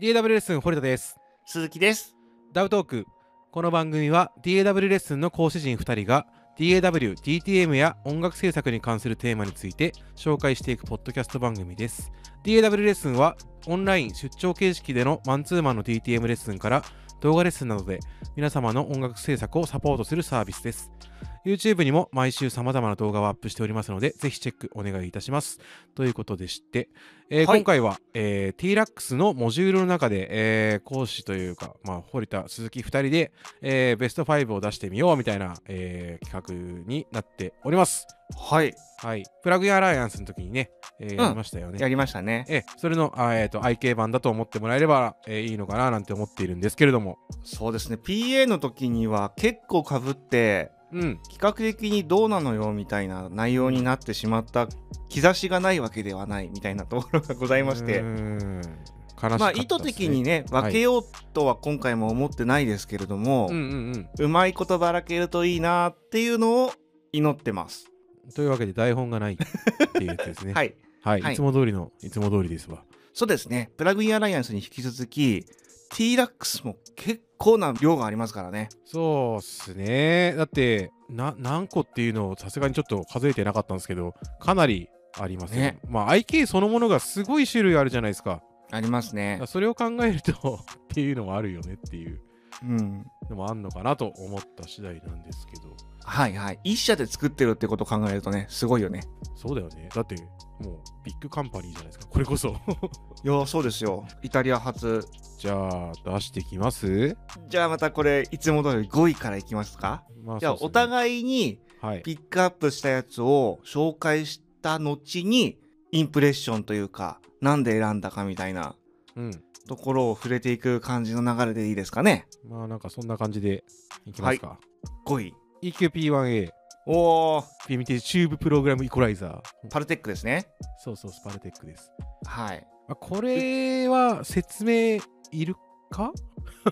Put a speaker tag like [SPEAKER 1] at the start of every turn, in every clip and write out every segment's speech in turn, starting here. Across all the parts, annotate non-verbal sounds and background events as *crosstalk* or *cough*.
[SPEAKER 1] DAW レッスン堀田です
[SPEAKER 2] 鈴木です。
[SPEAKER 1] ダウトークこの番組は DAW レッスンの講師陣2人が DAW、DTM や音楽制作に関するテーマについて紹介していくポッドキャスト番組です DAW レッスンはオンライン出張形式でのマンツーマンの DTM レッスンから動画レッスンなどで皆様の音楽制作をサポートするサービスです YouTube にも毎週様々な動画をアップしておりますのでぜひチェックお願いいたしますということでして、えー
[SPEAKER 2] はい
[SPEAKER 1] 今回は、えー、TRAX のモジュールの中で、えー講師というか、まあ、堀田鈴木2人で、えーベスト5を出してみようみたいな、えー企画になっております
[SPEAKER 2] はい。
[SPEAKER 1] はいプラグインアライアンスの時にね、えー
[SPEAKER 2] ん
[SPEAKER 1] やりましたよね
[SPEAKER 2] やりましたね。
[SPEAKER 1] ええそれの、あえー、と IK 版だと思ってもらえれば、えーいいのかななんて思っているんですけれども、
[SPEAKER 2] そうですね。PA の時には結構かぶって、
[SPEAKER 1] うん、
[SPEAKER 2] 比較的にどうなのよみたいな内容になってしまった兆しがないわけではないみたいなところがございまして
[SPEAKER 1] うー。ん悲しかったですね
[SPEAKER 2] まあ意図的にね
[SPEAKER 1] はい
[SPEAKER 2] 分けようとは今回も思ってないですけれども、
[SPEAKER 1] うんうんうん
[SPEAKER 2] うまいことばらけるといいなっていうのを祈ってます。
[SPEAKER 1] というわけで台本がないっていうやつですね
[SPEAKER 2] *laughs* はい
[SPEAKER 1] はい、
[SPEAKER 2] はい
[SPEAKER 1] いつも通りのいつも通りですわ
[SPEAKER 2] そうですねプラグインアライアンスに引き続き T ラックスも結構な量がありますからね
[SPEAKER 1] そうっすね。だってな何個っていうのをさすがにちょっと数えてなかったんですけどかなりありますね。
[SPEAKER 2] ね
[SPEAKER 1] まあ IK そのものがすごい種類あるじゃないですか。
[SPEAKER 2] ありますね
[SPEAKER 1] だからそれを考えると *laughs* っていうのもあるよねっていう
[SPEAKER 2] うん
[SPEAKER 1] のもあんのかなと思った次第なんですけど
[SPEAKER 2] はいはい一社で作ってるってことを考えるとねすごいよね
[SPEAKER 1] そうだよね。だってもうビッグカンパニーじゃないですかこれこそ。
[SPEAKER 2] いやそうですよイタリア発
[SPEAKER 1] *laughs* じゃあ出してきます
[SPEAKER 2] じゃあまたこれいつも通り5位からいきますか
[SPEAKER 1] まあ
[SPEAKER 2] じゃあ
[SPEAKER 1] そうっすね
[SPEAKER 2] お互いに
[SPEAKER 1] はい
[SPEAKER 2] ピックアップしたやつを紹介した後にインプレッションというかなんで選んだかみたいな
[SPEAKER 1] うん
[SPEAKER 2] ところを触れていく感じの流れでいいですかね
[SPEAKER 1] まあなんかそんな感じでいきますか。
[SPEAKER 2] 5位
[SPEAKER 1] EQP1A
[SPEAKER 2] おー
[SPEAKER 1] PMT チューブプログラムイコライザー。
[SPEAKER 2] パルテックですね
[SPEAKER 1] そうそう、スパルテックです。
[SPEAKER 2] はい
[SPEAKER 1] あこれは説明いるか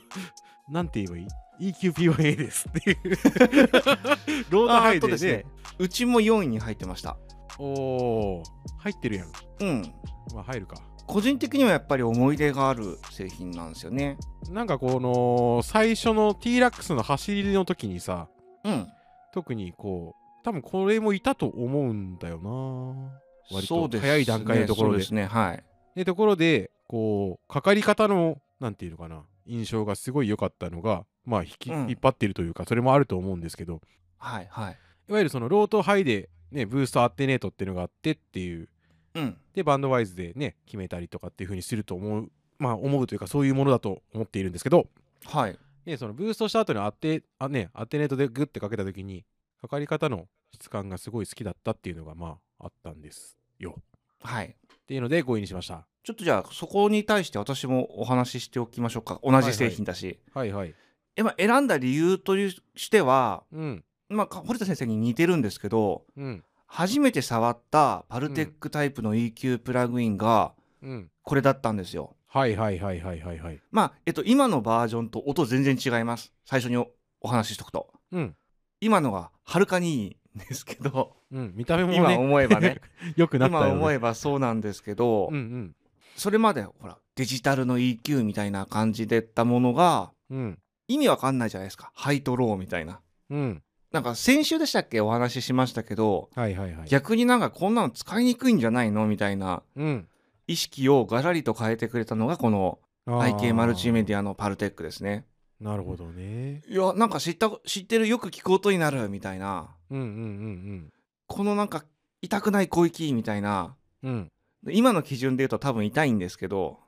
[SPEAKER 1] *laughs* なんて言えばいい ?EQPYA ですっていう。ロードハイ
[SPEAKER 2] あー
[SPEAKER 1] で
[SPEAKER 2] と
[SPEAKER 1] ね
[SPEAKER 2] ですねうちも4位に入ってました
[SPEAKER 1] *laughs* おー、入ってるやん。
[SPEAKER 2] うん
[SPEAKER 1] まあ入るか。
[SPEAKER 2] 個人的にはやっぱり思い出がある製品なんですよね
[SPEAKER 1] なんかこの最初の T ラックスの走りの時にさ、
[SPEAKER 2] うん
[SPEAKER 1] 特にこう、多分これもいたと思うんだよな。割
[SPEAKER 2] そ
[SPEAKER 1] と
[SPEAKER 2] うですね
[SPEAKER 1] 早い段階のところ
[SPEAKER 2] そう
[SPEAKER 1] で。
[SPEAKER 2] ですねはい
[SPEAKER 1] でところでこうかかり方のなんていうのかな印象がすごい良かったのがまあ引き、
[SPEAKER 2] うん
[SPEAKER 1] 引っ張ってるというかそれもあると思うんですけど
[SPEAKER 2] はいはい
[SPEAKER 1] いわゆるそのローとハイで、ね、ブーストアテネートっていうのがあってっていう
[SPEAKER 2] うん
[SPEAKER 1] でバンドワイズでね決めたりとかっていう風にすると思うまあ思うというかそういうものだと思っているんですけど、
[SPEAKER 2] はい
[SPEAKER 1] ね、そのブーストした後にアテあ、ね、アテネートでグッてかけた時にかかり方の質感がすごい好きだったっていうのがまああったんですよ。
[SPEAKER 2] はい
[SPEAKER 1] っていうので5位にしました。
[SPEAKER 2] ちょっとじゃあそこに対して私もお話ししておきましょうか同じ製品だし、
[SPEAKER 1] はいはい。
[SPEAKER 2] えまあ選んだ理由というしては、
[SPEAKER 1] うん
[SPEAKER 2] まあ、か堀田先生に似てるんですけど
[SPEAKER 1] うん
[SPEAKER 2] 初めて触ったパルテックタイプの EQ プラグインが
[SPEAKER 1] うん。
[SPEAKER 2] これだったんですよ。
[SPEAKER 1] はいはいはいはいはいはい。
[SPEAKER 2] まあえっと、今のバージョンと音全然違います最初におお話ししとくと
[SPEAKER 1] うん。
[SPEAKER 2] 今のがはるかにいいんですけど、
[SPEAKER 1] うん、見た目も
[SPEAKER 2] 今
[SPEAKER 1] ね、
[SPEAKER 2] 思えばね
[SPEAKER 1] よくなったよ、
[SPEAKER 2] 今
[SPEAKER 1] ね。
[SPEAKER 2] 思
[SPEAKER 1] え
[SPEAKER 2] えばそうなんですけど、
[SPEAKER 1] うん
[SPEAKER 2] それまでほらデジタルの EQ みたいな感じでったものが
[SPEAKER 1] うん。うん。
[SPEAKER 2] 意味わかんないじゃないですかハイとローみたいな
[SPEAKER 1] うん。
[SPEAKER 2] なんか先週でしたっけお話ししましたけど
[SPEAKER 1] はいはいはい。
[SPEAKER 2] 逆になんかこんなの使いにくいんじゃないのみたいな
[SPEAKER 1] うん。
[SPEAKER 2] 意識をガラリと変えてくれたのがこの IK マルチメデ
[SPEAKER 1] ィ
[SPEAKER 2] ィアのパルテックですね
[SPEAKER 1] ア。なるほどね。
[SPEAKER 2] いやなんか知った知ってるよく聞く音になるみたいな
[SPEAKER 1] うんうん
[SPEAKER 2] このなんか痛くない小域みたいな
[SPEAKER 1] うんうん。うん。
[SPEAKER 2] 今の基準で言うと多分痛いんですけど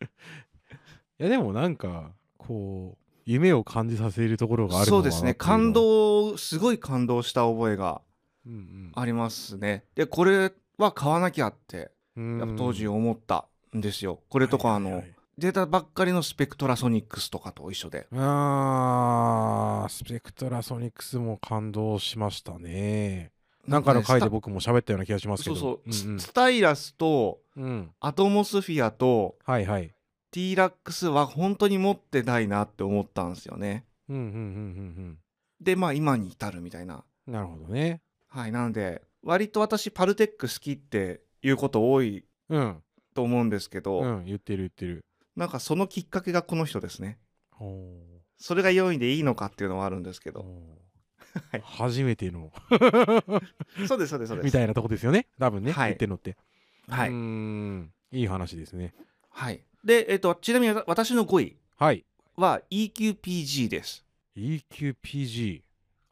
[SPEAKER 1] いやでもなんか、こう、夢を感じさせるところがある
[SPEAKER 2] そ
[SPEAKER 1] の
[SPEAKER 2] う
[SPEAKER 1] かな
[SPEAKER 2] ですね
[SPEAKER 1] っていのは
[SPEAKER 2] 感。動すごい感動した覚えが
[SPEAKER 1] うん
[SPEAKER 2] ありますねでこれは買わなきゃって
[SPEAKER 1] うん。
[SPEAKER 2] やっぱ当時
[SPEAKER 1] こ
[SPEAKER 2] 思ったんですよこれとかあの出たばっかりのスペクトラソニックスとかと一緒で
[SPEAKER 1] あースペクトラソニクスも感動しましたね。なんかの回で
[SPEAKER 2] ね
[SPEAKER 1] 僕も喋ったような気がします
[SPEAKER 2] ス
[SPEAKER 1] け
[SPEAKER 2] タ
[SPEAKER 1] ど。
[SPEAKER 2] そうそう、
[SPEAKER 1] んん
[SPEAKER 2] ススタイラスと
[SPEAKER 1] うん。
[SPEAKER 2] アトモスフィアと
[SPEAKER 1] はいはい。
[SPEAKER 2] T ラックスは本当に持ってないなって思ったんですよね
[SPEAKER 1] うんうんうんうん
[SPEAKER 2] でまあ今に至るみたいな
[SPEAKER 1] うん。なるほどね。
[SPEAKER 2] はいなので割と私パルテック好きっていうこと多い
[SPEAKER 1] うん。
[SPEAKER 2] と思うんですけど、
[SPEAKER 1] うん、言ってる言ってる。
[SPEAKER 2] なんかそのきっかけがこの人ですね
[SPEAKER 1] お
[SPEAKER 2] それが4位でいいのかっていうのはあるんですけ
[SPEAKER 1] ー
[SPEAKER 2] ど
[SPEAKER 1] お
[SPEAKER 2] は
[SPEAKER 1] ー
[SPEAKER 2] い
[SPEAKER 1] 初めての
[SPEAKER 2] そうですそうですそうで
[SPEAKER 1] み
[SPEAKER 2] す
[SPEAKER 1] たいなとこですよね多分ね、
[SPEAKER 2] はい
[SPEAKER 1] 言ってるのって
[SPEAKER 2] は
[SPEAKER 1] うー
[SPEAKER 2] い、
[SPEAKER 1] んいい話ですね
[SPEAKER 2] はい、で、えっとちなみにわた私の5位
[SPEAKER 1] はい
[SPEAKER 2] は EQPG です、
[SPEAKER 1] EQPG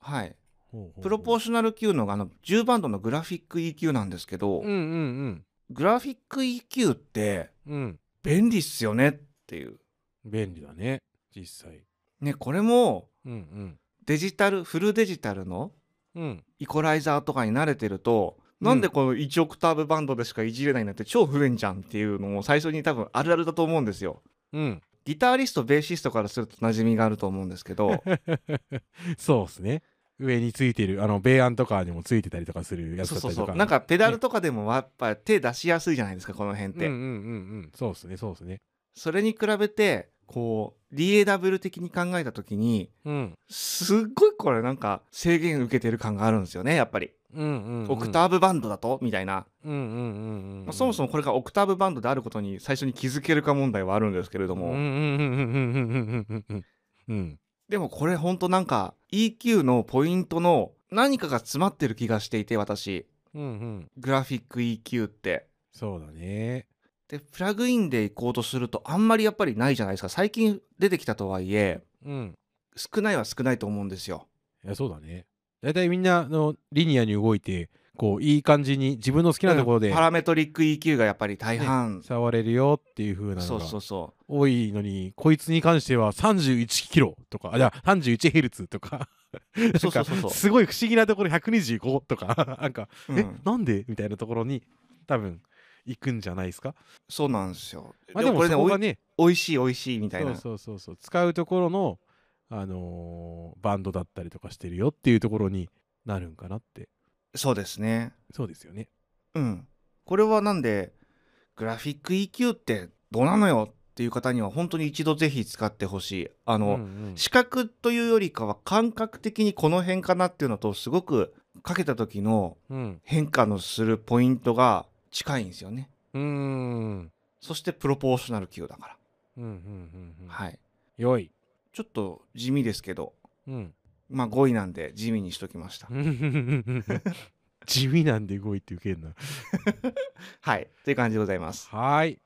[SPEAKER 2] はい、
[SPEAKER 1] ほうほうほう
[SPEAKER 2] プロポーショナル Q のあの10バンドのグラフィック EQ なんですけど、
[SPEAKER 1] うんうん
[SPEAKER 2] グラフィック EQ って
[SPEAKER 1] うんうん
[SPEAKER 2] 便利っすよねっていう
[SPEAKER 1] 便利だね実際
[SPEAKER 2] ねこれも
[SPEAKER 1] うん
[SPEAKER 2] デジタルフルデジタルの
[SPEAKER 1] うんうん
[SPEAKER 2] イコライザーとかに慣れてると、なんでこの1オクターブバンドでしかいじれないんだって超不便じゃんっていうのも最初に多分あるあるだと思うんですよ。
[SPEAKER 1] うん
[SPEAKER 2] ギタリストベーシストからすると馴染みがあると思うんですけ
[SPEAKER 1] *laughs*
[SPEAKER 2] ど
[SPEAKER 1] そうっすね上についてるあの米安とかにもついてたりとかするやつだっ
[SPEAKER 2] そうそ
[SPEAKER 1] た
[SPEAKER 2] う
[SPEAKER 1] り
[SPEAKER 2] そ
[SPEAKER 1] とか
[SPEAKER 2] うなんかペダルとかでもやっぱ手出しやすいじゃないですかこの辺
[SPEAKER 1] う
[SPEAKER 2] っ
[SPEAKER 1] んう
[SPEAKER 2] て、
[SPEAKER 1] んうんうんそうっすねそうっすね
[SPEAKER 2] それに比べてこう DAW 的に考えた時に
[SPEAKER 1] うん
[SPEAKER 2] すっごいこれなんか制限受けてる感があるんですよねやっぱり、
[SPEAKER 1] うんうんうん
[SPEAKER 2] オクターブバンドだとみたいな、
[SPEAKER 1] うんうんうんうん
[SPEAKER 2] まあ、そもそもこれがオクターブバンドであることに最初に気づけるか問題はあるんですけれど
[SPEAKER 1] う
[SPEAKER 2] も、
[SPEAKER 1] んうんうんうんうんうんうんうんうん
[SPEAKER 2] でもこれほんとなんか EQ のポイントの何かが詰まってる気がしていて私
[SPEAKER 1] うんうん
[SPEAKER 2] グラフィック EQ って。
[SPEAKER 1] そうだね
[SPEAKER 2] でプラグインで行こうとするとあんまりやっぱりないじゃないですか最近出てきたとはいえ
[SPEAKER 1] うん
[SPEAKER 2] 少ないは少ないと思うんですよ。
[SPEAKER 1] いやそうだね大体みんなあのリニアに動いてこういい感じに自分の好きなところで
[SPEAKER 2] パラメトリック EQ がやっぱり大半、
[SPEAKER 1] 触れるよっていう風な
[SPEAKER 2] そ
[SPEAKER 1] の
[SPEAKER 2] う
[SPEAKER 1] が
[SPEAKER 2] そうそ
[SPEAKER 1] 多いのにこいつに関しては31キロとかあじゃあ31ヘルツとかなん
[SPEAKER 2] そうそう
[SPEAKER 1] か
[SPEAKER 2] そうそう
[SPEAKER 1] すごい不思議なところ125とかなんか、
[SPEAKER 2] う、う
[SPEAKER 1] え
[SPEAKER 2] ん
[SPEAKER 1] なんでみたいなところに多分行くんじゃないですか。
[SPEAKER 2] そうなんですよ。
[SPEAKER 1] まあ、でも
[SPEAKER 2] これ
[SPEAKER 1] そこが
[SPEAKER 2] ね
[SPEAKER 1] ね
[SPEAKER 2] おい美味しい美味しいみたい
[SPEAKER 1] そう
[SPEAKER 2] な
[SPEAKER 1] そうそうそう使うところの、あのーバンドだったりとかしてるよっていうところになるんかなって
[SPEAKER 2] そうですね。
[SPEAKER 1] そうですよね。
[SPEAKER 2] うん、これはなんでグラフィック EQ ってどうなのよっていう方には本当に一度ぜひ使ってほしいあ
[SPEAKER 1] うん
[SPEAKER 2] の、
[SPEAKER 1] うん
[SPEAKER 2] 視覚というよりかは感覚的にこの辺かなっていうのとすごくかけた時の
[SPEAKER 1] うん
[SPEAKER 2] 変化のするポイントが近いんですよね
[SPEAKER 1] うーん
[SPEAKER 2] そしてプロポーショナル級だから、
[SPEAKER 1] うんうんうんうん
[SPEAKER 2] はい
[SPEAKER 1] 良い。
[SPEAKER 2] ちょっと地味ですけど
[SPEAKER 1] うん。 *laughs*
[SPEAKER 2] まあ5位なんで地味にしときました、
[SPEAKER 1] 地味なんで動いて受けるな。
[SPEAKER 2] はいという感じでございます
[SPEAKER 1] はい。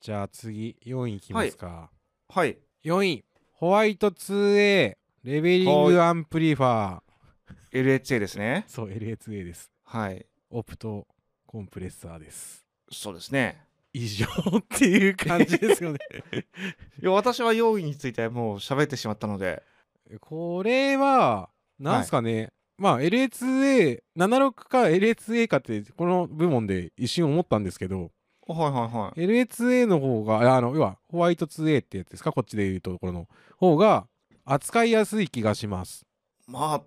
[SPEAKER 1] じゃあ次、4位いきますか。
[SPEAKER 2] はい
[SPEAKER 1] 4位、ホワイト 2A、レベリングアンプリファー。
[SPEAKER 2] LHA ですね
[SPEAKER 1] そう、LA2A です。
[SPEAKER 2] はい
[SPEAKER 1] オプトコンプレッサーです。
[SPEAKER 2] そうですね
[SPEAKER 1] 以上っていう感じですよね。
[SPEAKER 2] いや私は用意についてもう喋ってしまったので
[SPEAKER 1] *laughs* これは、なんすかね、まあ LA2A、76か LA2A かって、この部門で一瞬思ったんですけど、
[SPEAKER 2] はいはいはい
[SPEAKER 1] LA2A の方がああの要はホワイト 2A ってやつですかこっちで言うところの方が扱いやすい気がします
[SPEAKER 2] まあ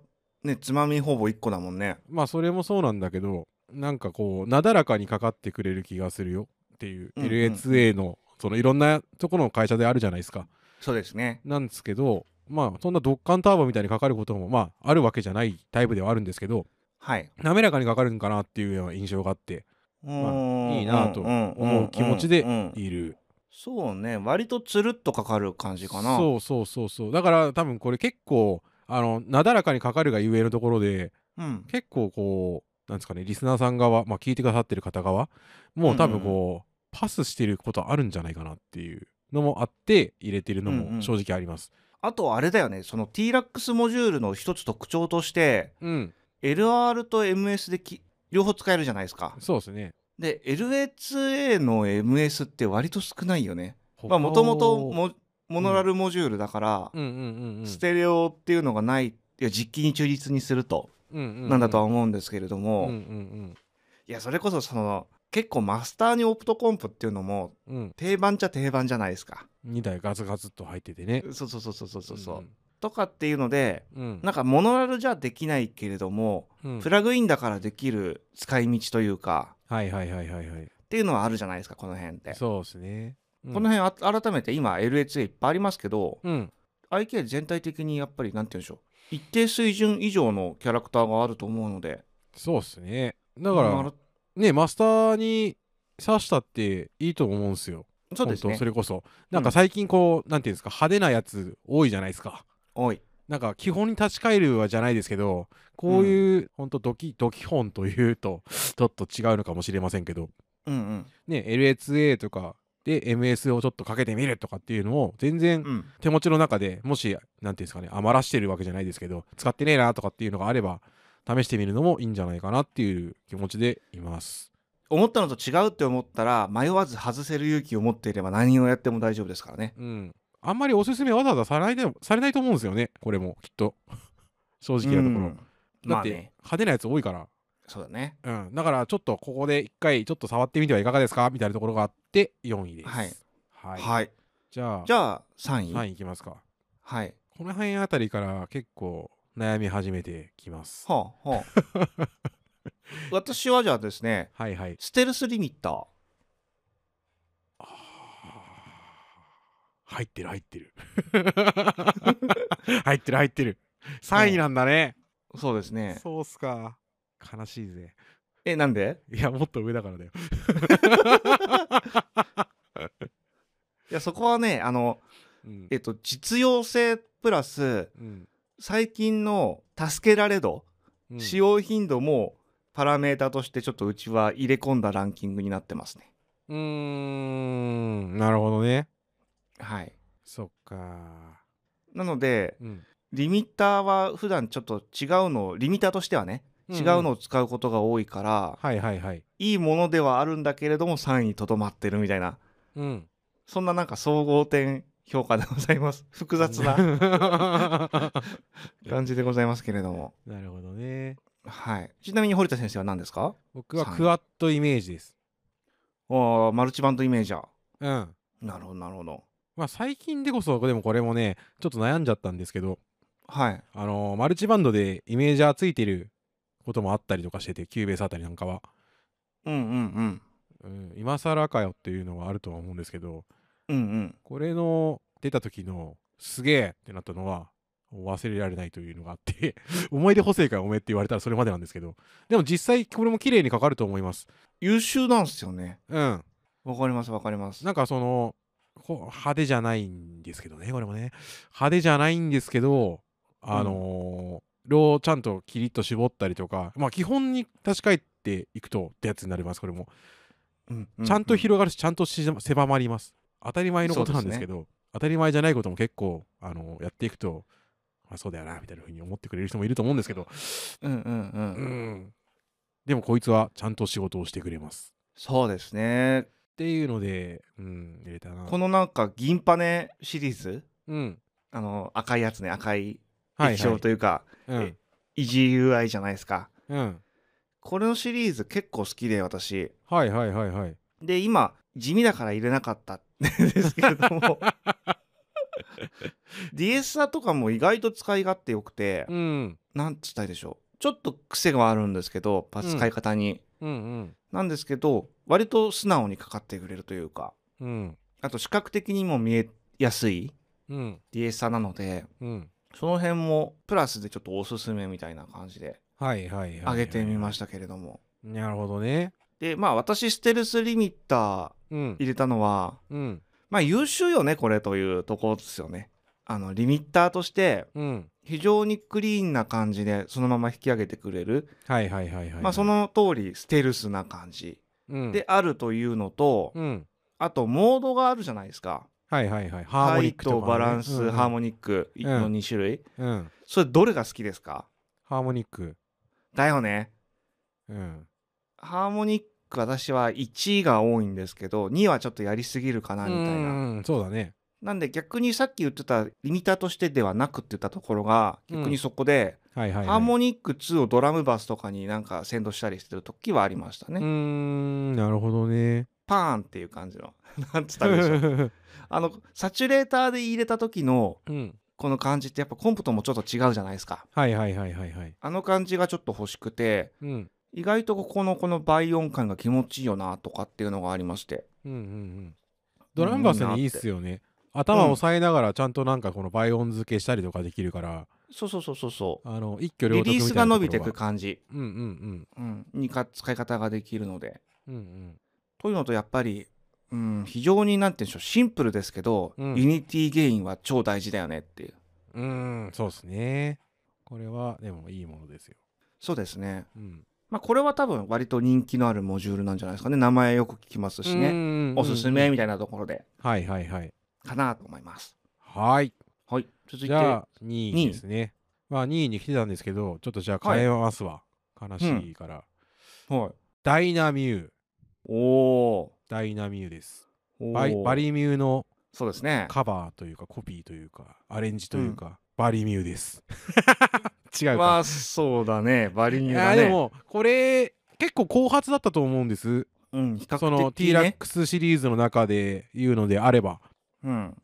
[SPEAKER 2] ねつまみほぼ1個だもんね
[SPEAKER 1] まあそれもそうなんだけどなんかこうなだらかにかかってくれる気がするよっていう
[SPEAKER 2] うんうん
[SPEAKER 1] LA2A のそのいろんなところの会社であるじゃないですか
[SPEAKER 2] そうですね
[SPEAKER 1] なんですけどまあそんなドッカンターボみたいにかかることもまああるわけじゃないタイプではあるんですけど
[SPEAKER 2] はい
[SPEAKER 1] 滑らかにかかるんかなっていうような印象があって
[SPEAKER 2] ま
[SPEAKER 1] いいなと思う気持ちでいる
[SPEAKER 2] そうね割とつるっとかかる感じかな
[SPEAKER 1] そうそうそうそうだから多分これ結構あのなだらかにかかるがゆえのところで
[SPEAKER 2] うん、
[SPEAKER 1] 結構こうなんですかねリスナーさん側、まあ、聞いてくださってる方側もう多分こう、パスしてることあるんじゃないかなっていうのもあって入れてるの
[SPEAKER 2] うんう
[SPEAKER 1] も
[SPEAKER 2] ん
[SPEAKER 1] 正直あります。
[SPEAKER 2] あとあれだよねその T-RAX モジュールの一つ特徴として
[SPEAKER 1] うん、
[SPEAKER 2] LR と MS でき両方使えるじゃないですか
[SPEAKER 1] そうですね。
[SPEAKER 2] で LA2A の MS って割と少ないよねまあもともと
[SPEAKER 1] も
[SPEAKER 2] モモノラルモジュールだから、
[SPEAKER 1] うんうんうんうん
[SPEAKER 2] ステレオっていうのがないいや実機に中立にするとな
[SPEAKER 1] なん
[SPEAKER 2] だとは思うんですけれど
[SPEAKER 1] う
[SPEAKER 2] も、
[SPEAKER 1] んうん
[SPEAKER 2] いやそれこそその結構マスターにオプトコンプっていうのも
[SPEAKER 1] うんうん
[SPEAKER 2] 定番っちゃ定番じゃないですか。
[SPEAKER 1] 2台ガツガツっと入っててね。
[SPEAKER 2] そうそうそうそうそうそうそう、
[SPEAKER 1] ん
[SPEAKER 2] とかっていうので
[SPEAKER 1] うん
[SPEAKER 2] なんかモノラルじゃできないけれども、
[SPEAKER 1] うん
[SPEAKER 2] プラグインだからできる使い道というか
[SPEAKER 1] はいはいはいはいはい。
[SPEAKER 2] っていうのはあるじゃないですかこの辺って。
[SPEAKER 1] そうですね。こ
[SPEAKER 2] この辺あ改めて今 LHA いっぱいありますけど、
[SPEAKER 1] 辺、うん、
[SPEAKER 2] IK 全体的にやっぱりなんて言うんでしょう一定水準以上のキャラクターがあると思うので
[SPEAKER 1] そうっすねだから
[SPEAKER 2] ら
[SPEAKER 1] ねマスターに刺したっていいと思うんですよ。
[SPEAKER 2] そうです
[SPEAKER 1] 本
[SPEAKER 2] ね
[SPEAKER 1] 当それこそなんか最近こう、なんていうんですか派手なやつ多いじゃないですか。
[SPEAKER 2] おい
[SPEAKER 1] なんか基本に立ち返るはじゃないですけどこういう、ほんとドキドキ本というと *laughs* ちょっと違うのかもしれませんけど
[SPEAKER 2] うんうん
[SPEAKER 1] ね LSA とかで MS をちょっとかけてみるとかっていうのを全然
[SPEAKER 2] うん
[SPEAKER 1] 手持ちの中でもし何ていうんですかね余らしてるわけじゃないですけど使ってねえなとかっていうのがあれば試してみるのもいいんじゃないかなっていう気持ちでいます。
[SPEAKER 2] 思ったのと違うって思ったら迷わず外せる勇気を持っていれば何をやっても大丈夫ですからね
[SPEAKER 1] うん、あんまりおすすめわざわざされないでされないと思うんですよねこれもきっと *laughs* 正直なところ、
[SPEAKER 2] うん
[SPEAKER 1] だ
[SPEAKER 2] ま
[SPEAKER 1] っ
[SPEAKER 2] あ
[SPEAKER 1] て、
[SPEAKER 2] ね
[SPEAKER 1] 派手なやつ多いから、
[SPEAKER 2] そうだね
[SPEAKER 1] うん、だからちょっとここで一回ちょっと触ってみてはいかがですかみたいなところがあって4位です
[SPEAKER 2] はい、
[SPEAKER 1] は
[SPEAKER 2] はいい、
[SPEAKER 1] じゃあ
[SPEAKER 2] じゃあ3位
[SPEAKER 1] 3位いきますか
[SPEAKER 2] はい
[SPEAKER 1] この辺あたりから結構悩み始めてきます
[SPEAKER 2] はあはあ
[SPEAKER 1] *laughs*
[SPEAKER 2] 私はじゃあですね
[SPEAKER 1] はいはい
[SPEAKER 2] ステルスリミッター
[SPEAKER 1] あー入ってる入ってる *laughs* 入ってる入ってる3位なんだね、
[SPEAKER 2] そうですね
[SPEAKER 1] そうっすか悲しいぜ
[SPEAKER 2] えなんで
[SPEAKER 1] いや、もっと上だからだよ。
[SPEAKER 2] いやそこはねあの
[SPEAKER 1] うん
[SPEAKER 2] えっと実用性プラス
[SPEAKER 1] うん
[SPEAKER 2] 最近の助けられ度、
[SPEAKER 1] うん
[SPEAKER 2] 使用頻度もパラメータとしてちょっとうちは入れ込んだランキングになってますね
[SPEAKER 1] うーん、なるほどね。
[SPEAKER 2] はい
[SPEAKER 1] そっか。
[SPEAKER 2] なので
[SPEAKER 1] うん。
[SPEAKER 2] リミッターは普段ちょっと違うのをリミッターとしてはね
[SPEAKER 1] うん
[SPEAKER 2] 違うのを使うことが多いから、
[SPEAKER 1] はいはいはい。
[SPEAKER 2] いいものではあるんだけれども3位にとどまってるみたいな
[SPEAKER 1] うん。
[SPEAKER 2] そんななんか総合点評価でござ *laughs* います複雑な
[SPEAKER 1] な。
[SPEAKER 2] 感じでございますけれども
[SPEAKER 1] *laughs* なるほどね。
[SPEAKER 2] はいちなみに堀田先生は何ですか
[SPEAKER 1] 僕は
[SPEAKER 2] さん
[SPEAKER 1] クワッドイメージです。
[SPEAKER 2] ああマルチバンドイメージャー
[SPEAKER 1] うん。
[SPEAKER 2] なるほどなるほど
[SPEAKER 1] まあ最近でこそ、でもこれもね、ちょっと悩んじゃったんですけど、
[SPEAKER 2] はい
[SPEAKER 1] あのーマルチバンドでイメージャーついてることもあったりとかしてて、キューベースあたりなんかは。
[SPEAKER 2] うんうん
[SPEAKER 1] う
[SPEAKER 2] うん
[SPEAKER 1] ん、今更かよっていうのはあるとは思うんですけど、
[SPEAKER 2] うんうん
[SPEAKER 1] これの出た時のすげえってなったのは忘れられないというのがあって *laughs* 思い出補正会おめえって言われたらそれまでなんですけどでも実際これも綺麗にかかると思います
[SPEAKER 2] 優秀なんすよね
[SPEAKER 1] うん
[SPEAKER 2] わかりますわかります
[SPEAKER 1] なんかそのこう派手じゃないんですけどねこれもね派手じゃないんですけどあのー、ローをちゃんとキリッと絞ったりとかまあ基本に立ち返っていくとってやつになりますこれも
[SPEAKER 2] うん
[SPEAKER 1] ちゃんと広がるし、ちゃんとし狭まります。当たり前のことなんですけど、当たり前じゃないことも結構、あのやっていくと、まあ、そうだよな、みたいな風に思ってくれる人もいると思うんですけど、
[SPEAKER 2] うんうんうん
[SPEAKER 1] う
[SPEAKER 2] うん
[SPEAKER 1] ん。でも、こいつはちゃんと仕事をしてくれます。
[SPEAKER 2] そうですね
[SPEAKER 1] っていうので、うん、入れたな。
[SPEAKER 2] このなんか銀パネシリーズ
[SPEAKER 1] うん。
[SPEAKER 2] あの赤いやつね赤い
[SPEAKER 1] はい、
[SPEAKER 2] 液
[SPEAKER 1] は
[SPEAKER 2] 晶
[SPEAKER 1] い。
[SPEAKER 2] というか、
[SPEAKER 1] うん。
[SPEAKER 2] EGUI じゃないですか
[SPEAKER 1] うん。
[SPEAKER 2] これのシリーズ結構好きで私
[SPEAKER 1] はいはいはいはい。
[SPEAKER 2] で今地味だから入れなかったん *laughs* ですけれど
[SPEAKER 1] *laughs*
[SPEAKER 2] も DSR とかも意外と使い勝手よくて
[SPEAKER 1] うん。
[SPEAKER 2] なんつったらいいでしょうちょっと癖があるんですけどパス使い方に、
[SPEAKER 1] うんうん。
[SPEAKER 2] なんですけど割と素直にかかってくれるというか
[SPEAKER 1] うん。
[SPEAKER 2] あと視覚的にも見えやすい
[SPEAKER 1] うん。
[SPEAKER 2] DSR なので
[SPEAKER 1] うん。
[SPEAKER 2] その辺もプラスでちょっとおすすめみたいな感じで
[SPEAKER 1] はいはいはい、。
[SPEAKER 2] 上げてみましたたけれども
[SPEAKER 1] なるほどね。
[SPEAKER 2] でまあ私ステルスリミッター
[SPEAKER 1] うん。
[SPEAKER 2] 入れたのは
[SPEAKER 1] うん。
[SPEAKER 2] まあ優秀よねこれというところですよねあのリミッターとして
[SPEAKER 1] うん。
[SPEAKER 2] 非常にクリーンな感じでそのまま引き上げてくれる、
[SPEAKER 1] はいはいはいはい、はい。
[SPEAKER 2] まあそ、の通りステルスな感じ
[SPEAKER 1] うん、
[SPEAKER 2] で、あるというのと、
[SPEAKER 1] うん。
[SPEAKER 2] あとモードがあるじゃないですか
[SPEAKER 1] はいはいはい。ハー
[SPEAKER 2] ハ
[SPEAKER 1] モニ
[SPEAKER 2] イ
[SPEAKER 1] ックと
[SPEAKER 2] と
[SPEAKER 1] か、
[SPEAKER 2] バランス、ハーモニックの
[SPEAKER 1] うん
[SPEAKER 2] 2種類、
[SPEAKER 1] ニうん。
[SPEAKER 2] それどれが好きですか
[SPEAKER 1] ハーモニック。
[SPEAKER 2] だよね
[SPEAKER 1] うん。
[SPEAKER 2] ハーモニック私は1位が多いんですけど2はちょっとやりすぎるかなみたいな
[SPEAKER 1] うんそうだね。
[SPEAKER 2] なんで逆にさっき言ってたリミッターとしてではなくって言ったところが
[SPEAKER 1] うん
[SPEAKER 2] 逆にそこで、
[SPEAKER 1] はいはい、はい。
[SPEAKER 2] ハーモニック2をドラムバスとかになんか先導したりしてる時はありましたね、
[SPEAKER 1] うーん、なるほどね。
[SPEAKER 2] パーンっていう感じの *laughs* なんつったらいいでしょうあのサチュレーターで入れた時の
[SPEAKER 1] うん。
[SPEAKER 2] この感じってやっぱコンプともちょっと違うじゃないですか
[SPEAKER 1] はいはいはいはいはい。
[SPEAKER 2] あの感じがちょっと欲しくて
[SPEAKER 1] うん。うん
[SPEAKER 2] 意外とここのこの倍音感が気持ちいいよなとかっていうのがありまして
[SPEAKER 1] うんうん。ドラムバスにいいっすよね。頭
[SPEAKER 2] う
[SPEAKER 1] を
[SPEAKER 2] ん
[SPEAKER 1] 押さえながらちゃんとなんかこの倍音付けしたりとかできるから、
[SPEAKER 2] そうそうそうそうそう
[SPEAKER 1] あの、一挙両
[SPEAKER 2] リ
[SPEAKER 1] 得み
[SPEAKER 2] リー
[SPEAKER 1] たいな
[SPEAKER 2] スが伸びてく感じ、
[SPEAKER 1] うんうん
[SPEAKER 2] うん、にか使い方ができるので
[SPEAKER 1] うん。うんうん。
[SPEAKER 2] こういうのとやっぱり、うん、非常になんて言うんでしょうシンプルですけど、
[SPEAKER 1] うん
[SPEAKER 2] ユニティゲインは超大事だよねっていう
[SPEAKER 1] うーん、そうですね。これは、でもいいものですよ。
[SPEAKER 2] そうですね、
[SPEAKER 1] うん。
[SPEAKER 2] まあ、これは多分割と人気のあるモジュールなんじゃないですかね名前よく聞きますし
[SPEAKER 1] うん
[SPEAKER 2] ね、
[SPEAKER 1] うんうん
[SPEAKER 2] おすすめみたいなところで
[SPEAKER 1] はいはいはい。
[SPEAKER 2] かなと思います
[SPEAKER 1] はい。
[SPEAKER 2] はい続い
[SPEAKER 1] じ
[SPEAKER 2] て
[SPEAKER 1] ゃあ
[SPEAKER 2] あ、
[SPEAKER 1] 2
[SPEAKER 2] 二
[SPEAKER 1] 位
[SPEAKER 2] 位
[SPEAKER 1] ですね。まあ、2位に来てたんですけど、ちょっとじゃあ変えますわ。悲しいから。
[SPEAKER 2] はい、
[SPEAKER 1] ダイナミュー。
[SPEAKER 2] おお
[SPEAKER 1] ダイナミューです。
[SPEAKER 2] ー
[SPEAKER 1] バイバリミューの
[SPEAKER 2] そうですね
[SPEAKER 1] カバーというか、コピーというか、アレンジというか、バリミューです。
[SPEAKER 2] *laughs*
[SPEAKER 1] 違う
[SPEAKER 2] ま
[SPEAKER 1] か。
[SPEAKER 2] あそうだねバリ
[SPEAKER 1] い
[SPEAKER 2] ニュー
[SPEAKER 1] や
[SPEAKER 2] だ
[SPEAKER 1] ーで
[SPEAKER 2] ね
[SPEAKER 1] も、これ、結構後発だったと思うんです。
[SPEAKER 2] うん比較的、ね、
[SPEAKER 1] その T ラックスシリーズの中で言うのであれば。
[SPEAKER 2] うん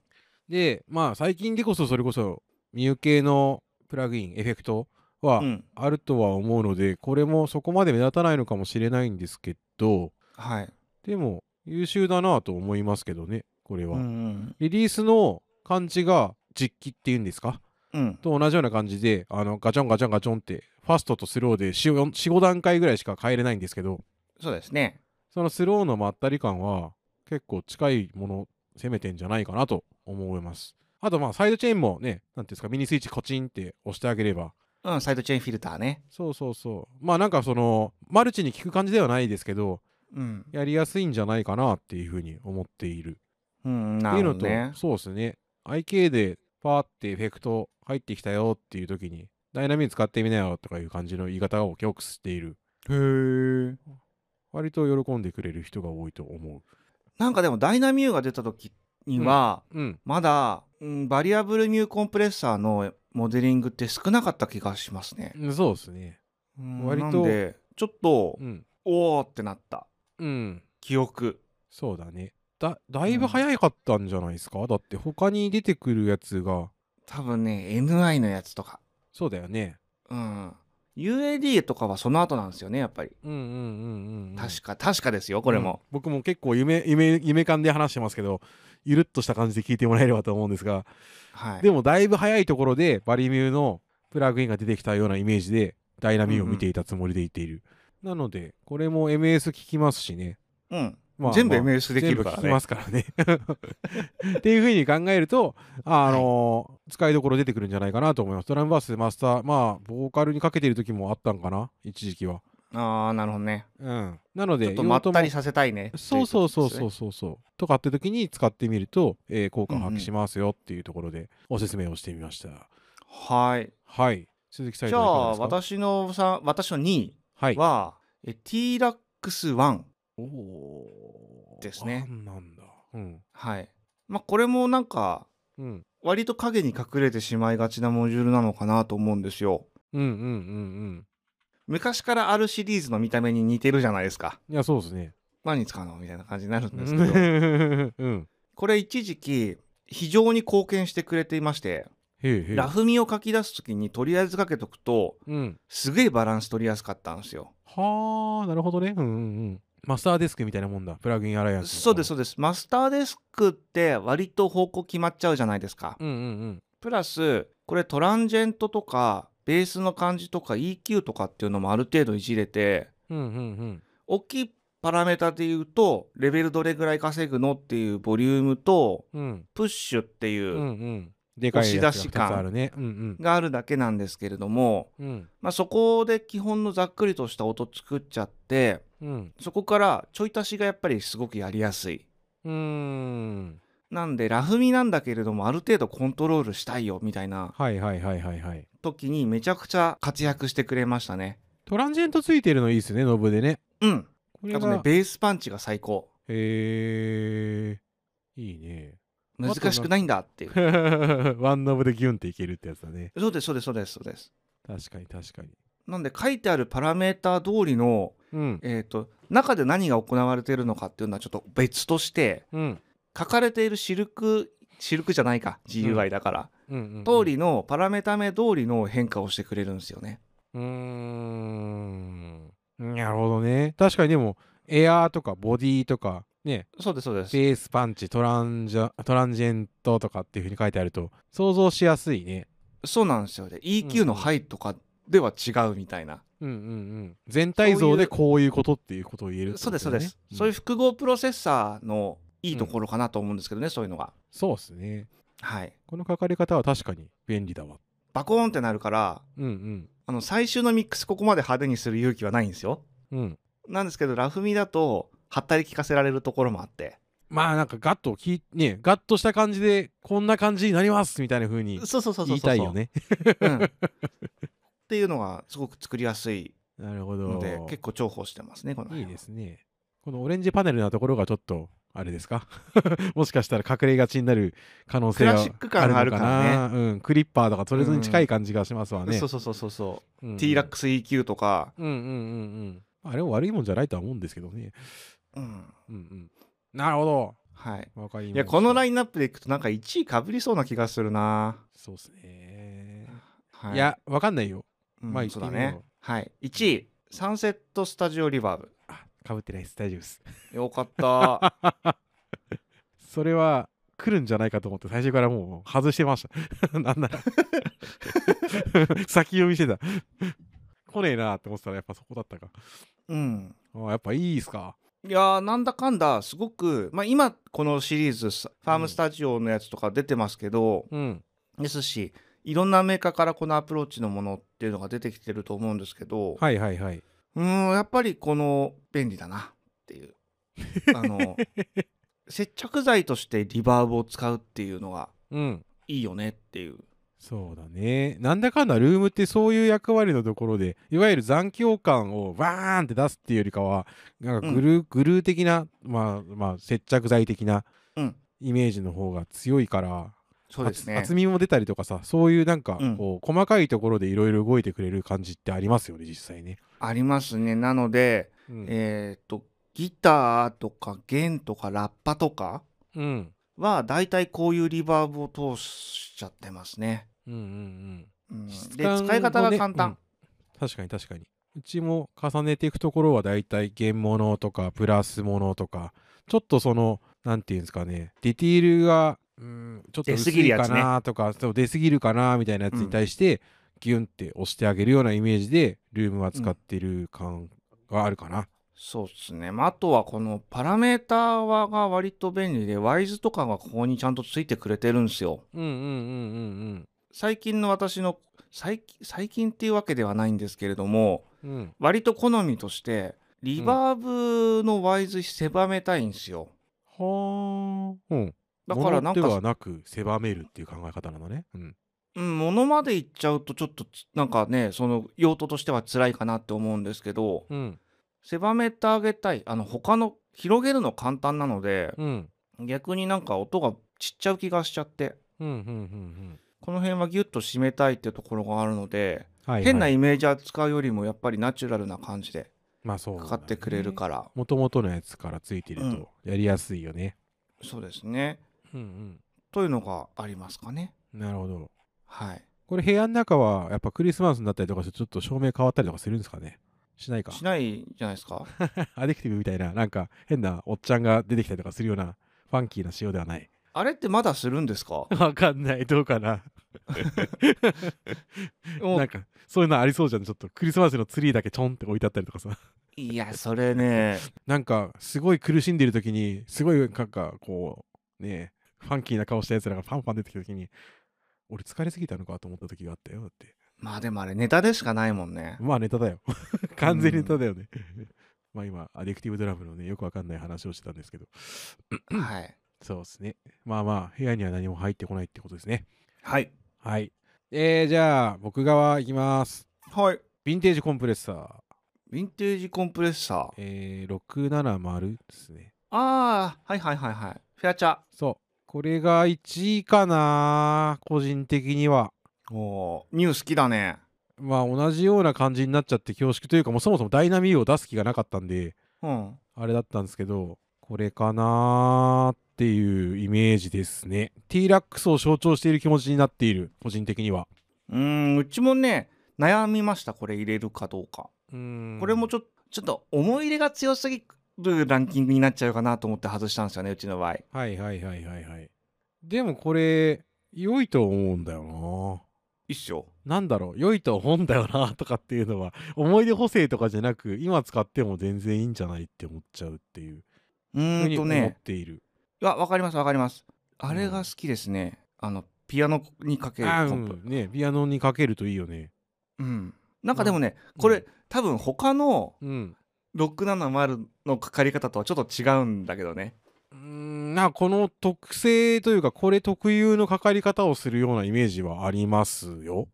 [SPEAKER 1] で、まあ、最近でこそ、それこそ、ミュー系のプラグイン、エフェクトは、
[SPEAKER 2] うん
[SPEAKER 1] あるとは思うのでこれもそこまで目立たないのかもしれないんですけど
[SPEAKER 2] はい
[SPEAKER 1] でも優秀だなと思いますけどねこれ
[SPEAKER 2] う
[SPEAKER 1] は、
[SPEAKER 2] ん
[SPEAKER 1] リリースの感じが実機っていうんですか
[SPEAKER 2] うん
[SPEAKER 1] と同じような感じであのガチョンガチョンガチョンってファストとスローで45段階ぐらいしか変えれないんですけど
[SPEAKER 2] そうですね
[SPEAKER 1] そのスローのまったり感は結構近いもの攻めてんじゃないかなと思いますあとまあサイドチェーンもね何ていうんですかミニスイッチコチンって押してあげれば
[SPEAKER 2] うんサイドチェーンフィルターね
[SPEAKER 1] そうそうそうまあなんかそのマルチに効く感じではないですけど
[SPEAKER 2] うん
[SPEAKER 1] やりやすいんじゃないかなっていうふうに思っている
[SPEAKER 2] うん
[SPEAKER 1] っ
[SPEAKER 2] な
[SPEAKER 1] ていう
[SPEAKER 2] るほ
[SPEAKER 1] の
[SPEAKER 2] ど
[SPEAKER 1] と、
[SPEAKER 2] ね
[SPEAKER 1] そうですね IK でパーってエフェクト入ってきたよっていう時にダイナミン使ってみなよとかいう感じの言い方をよくしている
[SPEAKER 2] へえ
[SPEAKER 1] 割と喜んでくれる人が多いと思
[SPEAKER 2] なんかでもダイナミューが出た時には、
[SPEAKER 1] ううん
[SPEAKER 2] まだ、うんバリアブルミューコンプレッサーのモデリングって少なかった気がしますね。
[SPEAKER 1] そうですね
[SPEAKER 2] うん
[SPEAKER 1] 割と
[SPEAKER 2] なんでちょっと、
[SPEAKER 1] うん
[SPEAKER 2] おおってなった
[SPEAKER 1] うん
[SPEAKER 2] 記憶。
[SPEAKER 1] そうだねだだいぶ早かったんじゃないですか、だって他に出てくるやつが
[SPEAKER 2] 多分ね NI のやつとか、
[SPEAKER 1] そうだよね
[SPEAKER 2] うん、UAD とかはその後なんですよねやっぱり。
[SPEAKER 1] うんうんうんうん、うん、
[SPEAKER 2] 確か確かですよこれ
[SPEAKER 1] うん
[SPEAKER 2] も。
[SPEAKER 1] 僕も結構夢夢夢感で話してますけどゆるっとした感じで聞いてもらえればと思うんですが
[SPEAKER 2] はい。
[SPEAKER 1] でもだいぶ早いところでバリミューのプラグインが出てきたようなイメージでダイナミューを見ていたつもりでいている、なのでこれも MS 聞きますしね、
[SPEAKER 2] うん。
[SPEAKER 1] まあ
[SPEAKER 2] 全部
[SPEAKER 1] まあ
[SPEAKER 2] MS できるから
[SPEAKER 1] 全部聞き
[SPEAKER 2] ね
[SPEAKER 1] ま。すからね *laughs* っていうふうに考えるとあ、あのー使いどころ出てくるんじゃないかなと思いますドラムバースマスターまあボーカルにかけてる時もあったんかな一時期は
[SPEAKER 2] ああなるほどね。
[SPEAKER 1] うんなの
[SPEAKER 2] ちょ
[SPEAKER 1] で
[SPEAKER 2] っとまっ
[SPEAKER 1] 用途
[SPEAKER 2] た
[SPEAKER 1] も
[SPEAKER 2] りさせたいね。
[SPEAKER 1] そうそうそう
[SPEAKER 2] とい
[SPEAKER 1] そ
[SPEAKER 2] こ
[SPEAKER 1] うそうそうとかって時に使ってみると、えー効果を発揮しますよっていうところでおすすめをしてみました、
[SPEAKER 2] とですね。はい。
[SPEAKER 1] はい鈴木さんい
[SPEAKER 2] じ
[SPEAKER 1] か
[SPEAKER 2] ゃ
[SPEAKER 1] が
[SPEAKER 2] あ
[SPEAKER 1] ですか
[SPEAKER 2] 私のさ私の2位。
[SPEAKER 1] はい
[SPEAKER 2] は、え t ラックス1
[SPEAKER 1] おお
[SPEAKER 2] ですね
[SPEAKER 1] なんだうん
[SPEAKER 2] はいまあこれもなんか
[SPEAKER 1] うん
[SPEAKER 2] 割と影に隠れてしまいがちなモジュールなのかなと思うんですよ
[SPEAKER 1] うんうんうん
[SPEAKER 2] 昔からあるシリーズの見た目に似てるじゃないですか
[SPEAKER 1] うんいやそうですね
[SPEAKER 2] 何使うのみたいな感じになるん
[SPEAKER 1] う
[SPEAKER 2] です
[SPEAKER 1] *laughs*
[SPEAKER 2] けど
[SPEAKER 1] んうん
[SPEAKER 2] これ一時期非常に貢献してくれていまして
[SPEAKER 1] へえへえ
[SPEAKER 2] ラフみを書き出す時にとりあえずかけとくと
[SPEAKER 1] うん
[SPEAKER 2] すげえバランス取りやすかったんですよ
[SPEAKER 1] はあなるほどねうんうんうんマスターデスクみたいなもんだプラグインアライアンスの
[SPEAKER 2] そうですそうですマスターデスクって割と方向決まっちゃうじゃないですか
[SPEAKER 1] うんうん
[SPEAKER 2] プラスこれトランジェントとかベースの感じとか EQ とかっていうのもある程度いじれて
[SPEAKER 1] うんうんうんうん
[SPEAKER 2] 大きいパラメータで言うとレベルどれぐらい稼ぐのっていうボリュームと
[SPEAKER 1] うん
[SPEAKER 2] プッシュっていううん
[SPEAKER 1] うんでかいやつが
[SPEAKER 2] 押し
[SPEAKER 1] 2
[SPEAKER 2] 出し
[SPEAKER 1] つ
[SPEAKER 2] 感
[SPEAKER 1] あるねうん
[SPEAKER 2] があるだけなんですけれども、
[SPEAKER 1] うんうん
[SPEAKER 2] まあ、そこで基本のざっくりとした音作っちゃって
[SPEAKER 1] うん
[SPEAKER 2] そこからちょい足しがやっぱりすごくやりやすい。
[SPEAKER 1] うん
[SPEAKER 2] なんでラフみなんだけれどもある程度コントロールしたいよみたいな
[SPEAKER 1] はいはいはいはいはい。
[SPEAKER 2] 時にめちゃくちゃ活躍してくれましたね。
[SPEAKER 1] トランジェントついてるのいいですね、ノブでね。
[SPEAKER 2] うん。
[SPEAKER 1] これ
[SPEAKER 2] あ
[SPEAKER 1] が
[SPEAKER 2] とねベースパンチが最高。
[SPEAKER 1] へー、いいね。 *laughs*
[SPEAKER 2] 難しくないんだっていう。
[SPEAKER 1] ワンノブでギュンっていけるってやつだね。
[SPEAKER 2] *laughs* そうですそうですそうですそうです。
[SPEAKER 1] 確かに確かに。
[SPEAKER 2] なんで書いてあるパラメーター通りの、
[SPEAKER 1] うん。
[SPEAKER 2] えー、と中で何が行われているのかっていうのはちょっと別として
[SPEAKER 1] うん。
[SPEAKER 2] 書かれているシルクシルクじゃないか GUI だから、
[SPEAKER 1] うんうんうん
[SPEAKER 2] 通。りのパラメータ名通りの変化をしてくれるんですよね。
[SPEAKER 1] うーん。なるほどね。確かにでも、エアーとかボディとか、ね、
[SPEAKER 2] そうですそうです。
[SPEAKER 1] ベースパンチ、トランジャトランジェントとかっていうふうに書いてあると、想像しやすいね。
[SPEAKER 2] そうなんですよね。
[SPEAKER 1] う
[SPEAKER 2] EQ
[SPEAKER 1] ん
[SPEAKER 2] の「はい」とかでは違うみたいな
[SPEAKER 1] うんうんうん、全体像でこういうことっていうことを言えるって
[SPEAKER 2] そ
[SPEAKER 1] こ
[SPEAKER 2] う
[SPEAKER 1] と
[SPEAKER 2] ですそう
[SPEAKER 1] だよ
[SPEAKER 2] で
[SPEAKER 1] ね
[SPEAKER 2] す、そういう複合プロセッサーのいいところかなと思うんですけどね、そういうのが
[SPEAKER 1] そうですね
[SPEAKER 2] はい
[SPEAKER 1] この書かれ方は確かに便利だわ
[SPEAKER 2] バコーンってなるから
[SPEAKER 1] うん
[SPEAKER 2] あの最終のミックスここまで派手にする勇気はないんですよ
[SPEAKER 1] うんうん
[SPEAKER 2] なんですけどラフミだと働き聞かせられるところもあって
[SPEAKER 1] まあなんかガッときいねガッとした感じでこんな感じになりますみたいな風に
[SPEAKER 2] そうそうそうそ
[SPEAKER 1] 言
[SPEAKER 2] うそう
[SPEAKER 1] いたいよ、ね *laughs*
[SPEAKER 2] うんっていうのがすごく作りやすい
[SPEAKER 1] なるほど
[SPEAKER 2] ので結構重宝してますねこの
[SPEAKER 1] い
[SPEAKER 2] 辺
[SPEAKER 1] い
[SPEAKER 2] は
[SPEAKER 1] ですねこのオレンジパネルなところがちょっとあれですか *laughs* もしかしたら隠れがちになる可能性が
[SPEAKER 2] クラシック感
[SPEAKER 1] あるのか
[SPEAKER 2] あるか
[SPEAKER 1] な、うん、クリッパーとかそれに近い感じがしますわね、
[SPEAKER 2] そうそうそうそうそう
[SPEAKER 1] うんうん
[SPEAKER 2] T ラックス EQ とか、
[SPEAKER 1] うんうんうんうんあれも悪いもんじゃないとは思うんですけどね
[SPEAKER 2] うん
[SPEAKER 1] うんうんなるほど
[SPEAKER 2] はい
[SPEAKER 1] わかりまし
[SPEAKER 2] い
[SPEAKER 1] た
[SPEAKER 2] やこのラ
[SPEAKER 1] イン
[SPEAKER 2] インナップでいくとなんか1位かぶりそうな気がするな、
[SPEAKER 1] そうですね、、
[SPEAKER 2] はい
[SPEAKER 1] やわかんないよ
[SPEAKER 2] うん
[SPEAKER 1] まあ
[SPEAKER 2] そうだ
[SPEAKER 1] 言ってみ
[SPEAKER 2] ね
[SPEAKER 1] よう
[SPEAKER 2] はい1位サンセットスタジオリバーブ
[SPEAKER 1] あかぶってないです大丈夫です
[SPEAKER 2] よかった
[SPEAKER 1] それは来るんじゃないかと思って最初からもう外してました *laughs* なんなら先読みしてた来ねえなって思ってたらやっぱそこだったか
[SPEAKER 2] うん
[SPEAKER 1] あやっぱいいっすか
[SPEAKER 2] いやーなんだかんだすごく、まあ、今このシリーズさファームスタジオのやつとか出てますけど、
[SPEAKER 1] うん
[SPEAKER 2] ですしいろんなメーカーからこのアプローチのものっていうのが出てきてると思うんですけど、
[SPEAKER 1] はいはいはいう
[SPEAKER 2] ーんやっぱりこの便利だなっていうあ
[SPEAKER 1] *laughs*
[SPEAKER 2] の接着剤としてリバーブを使うっていうのが
[SPEAKER 1] うん
[SPEAKER 2] いいよねっていう
[SPEAKER 1] そうだねなんだかんだルームってそういう役割のところでいわゆる残響感をバーンって出すっていうよりかはなんかグルー、グルー的なまあまあ接着剤的な
[SPEAKER 2] うん
[SPEAKER 1] イメージの方が強いから
[SPEAKER 2] そうですね
[SPEAKER 1] 厚厚みも出たりとかさそういうなんか
[SPEAKER 2] うん
[SPEAKER 1] こう、細かいところでいろいろ動いてくれる感じってありますよね実際ね。
[SPEAKER 2] ありますねなので、
[SPEAKER 1] うん
[SPEAKER 2] えっとギターとか弦とかラッパとか
[SPEAKER 1] うん
[SPEAKER 2] はだいたいこういうリバーブを通しちゃってますね、
[SPEAKER 1] うんうんうん
[SPEAKER 2] うん、で
[SPEAKER 1] 質感をね
[SPEAKER 2] 使い方が簡単、
[SPEAKER 1] うん確かに確かにうちも重ねていくところはだいたい原物とかプラス物とかちょっとそのなんていうんですかねディティールがうんちょっと
[SPEAKER 2] 出
[SPEAKER 1] 薄
[SPEAKER 2] すぎる
[SPEAKER 1] い
[SPEAKER 2] や
[SPEAKER 1] か
[SPEAKER 2] つね
[SPEAKER 1] なとかそう出すぎるかなみたいなやつに対して、ギュンって押してあげるようなイメージでルームは使ってる感があるかな。
[SPEAKER 2] そうですね、まあ、あとはこのパラメーターはが割と便利でワイズとかがここにちゃんとついてくれてるんですよ
[SPEAKER 1] うんうんうんうん
[SPEAKER 2] 最近の私の最近最近っていうわけではないんですけれども
[SPEAKER 1] うんうん
[SPEAKER 2] 割と好みとしてリバーブのワイズ狭めたいんですよ、
[SPEAKER 1] はあ、うん、
[SPEAKER 2] だからな
[SPEAKER 1] 物
[SPEAKER 2] ん
[SPEAKER 1] では
[SPEAKER 2] か
[SPEAKER 1] なく狭めるっていう考え方なのね。うん、
[SPEAKER 2] うん物までいっちゃうとちょっとつなんかねその用途としては辛いかなって思うんですけど
[SPEAKER 1] うん、
[SPEAKER 2] 狭めてあげたいあの他の広げるの簡単なので
[SPEAKER 1] うん、
[SPEAKER 2] 逆になんか音がちっちゃう気がしちゃって
[SPEAKER 1] うん、うん、うん、
[SPEAKER 2] この辺はギュッと締めたいっていうところがあるので、
[SPEAKER 1] はい、はい。
[SPEAKER 2] 変なイメージは使うよりもやっぱりナチュラルな感じで
[SPEAKER 1] まあそう、。
[SPEAKER 2] かかってくれるからら
[SPEAKER 1] もともとのやつからついてる
[SPEAKER 2] うん
[SPEAKER 1] とやりやすいよね。
[SPEAKER 2] そうですね
[SPEAKER 1] うん、
[SPEAKER 2] というのがありますかね
[SPEAKER 1] うん、なるほど。
[SPEAKER 2] はい
[SPEAKER 1] これ部屋の中はやっぱクリスマスになったりとかしてちょっと照明変わったりとかするんですかね。しないか。 *laughs*
[SPEAKER 2] しないじゃないですか
[SPEAKER 1] アディクティブみたいななんか変なおっちゃんが出てきたりとかするようなファンキーな仕様では
[SPEAKER 2] *laughs*
[SPEAKER 1] ない。
[SPEAKER 2] あれってまだするんですか
[SPEAKER 1] わかんないどうかな。
[SPEAKER 2] も
[SPEAKER 1] *laughs*
[SPEAKER 2] う
[SPEAKER 1] なんかそういうのありそうじゃんちょっとクリスマスのツリーだけちょんって置いてあったりとかさ
[SPEAKER 2] いやそれね
[SPEAKER 1] なんかすごい苦しんでる時にすごいなんかこうねファンキーな顔したやつらがパンパン出てきた時に俺疲れすぎたのかと思った時があったよだって
[SPEAKER 2] まあでもあれネタでしかないもんね
[SPEAKER 1] まあネタだよ完全にネタだよねまあ今アディクティブドラムのねよくわかんない話をしてたんですけど
[SPEAKER 2] はい
[SPEAKER 1] そうですねまあまあ部屋には何も入ってこないってことですね
[SPEAKER 2] はい
[SPEAKER 1] はいえー、じゃあ僕側いきます
[SPEAKER 2] はい
[SPEAKER 1] ヴィンテージコンプレッサー、
[SPEAKER 2] ヴィンテージコンプレッサー
[SPEAKER 1] えー、670ですね
[SPEAKER 2] ああはいはいはいはいフェアチャ
[SPEAKER 1] そう。これが1位かな個人的には。
[SPEAKER 2] おーニュー好きだね
[SPEAKER 1] まあ同じような感じになっちゃって恐縮というかもうそもそもダイナミーを出す気がなかったんで
[SPEAKER 2] うん
[SPEAKER 1] あれだったんですけどこれかなっていうイメージですね T ラックスを象徴している気持ちになっている個人的には
[SPEAKER 2] うーんうちもね悩みましたこれ入れるかどうかこ
[SPEAKER 1] こ
[SPEAKER 2] れもちょっとちょっと思い入れが強すぎるランキングになっちゃうかなと思って外したんですよねうちの場合
[SPEAKER 1] はいはいはいはいはいでもこれ良いと思うんだよ
[SPEAKER 2] 一緒
[SPEAKER 1] なんだろう良いと思うんだよなとかっていうのは思い出補正とかじゃなく今使っても全然いいんじゃないって思っちゃうっていう
[SPEAKER 2] う
[SPEAKER 1] ふう
[SPEAKER 2] ーん
[SPEAKER 1] に
[SPEAKER 2] と
[SPEAKER 1] 思っ
[SPEAKER 2] ね
[SPEAKER 1] ている、
[SPEAKER 2] いやわかりますわかりますあれが好きですね、あのピアノにかける
[SPEAKER 1] あ
[SPEAKER 2] コ
[SPEAKER 1] う
[SPEAKER 2] ンプ
[SPEAKER 1] んねピアノにかけるといいよね
[SPEAKER 2] うん、なんかでもね、こ
[SPEAKER 1] う
[SPEAKER 2] れ多分他の
[SPEAKER 1] うん
[SPEAKER 2] 670のかかり方とはちょっと違うんだけどね
[SPEAKER 1] うーんなんかこの特性というかこれ特有のかかり方をするようなイメージはありますよ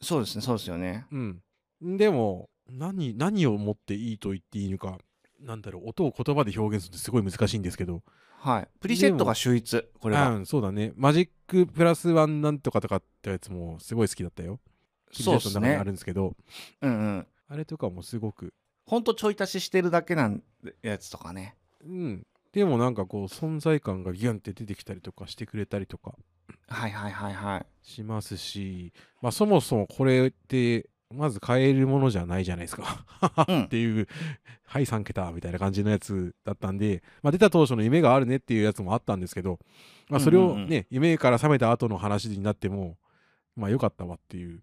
[SPEAKER 2] そうですねそうですよね
[SPEAKER 1] うんでも何何をもっていいと言っていいのかなんだろう音を言葉で表現するってすごい難しいんですけど
[SPEAKER 2] はいプリセットが秀逸これは、
[SPEAKER 1] うんそうだねマジックプラスワンなんとかとかってやつもすごい好きだったよ
[SPEAKER 2] そうで
[SPEAKER 1] キリ
[SPEAKER 2] す
[SPEAKER 1] の中にあ
[SPEAKER 2] ね
[SPEAKER 1] るんですけど
[SPEAKER 2] うんうん
[SPEAKER 1] あれとかもすごく
[SPEAKER 2] ほんとちょい足ししてるだけなんでやつとかね
[SPEAKER 1] うんでもなんかこう存在感がギュンって出てきたりとかしてくれたりとか
[SPEAKER 2] はいはいはいはい
[SPEAKER 1] しますし、まあ、そもそもこれってまず買えるものじゃないじゃないですか *laughs*
[SPEAKER 2] うん
[SPEAKER 1] っていう、はい3桁みたいな感じのやつだったんで、まあ、出た当初の夢があるねっていうやつもあったんですけど、まあ、それ
[SPEAKER 2] う
[SPEAKER 1] をね、
[SPEAKER 2] んうんう
[SPEAKER 1] 夢から覚めた後の話になってもまあ良かったわっていう、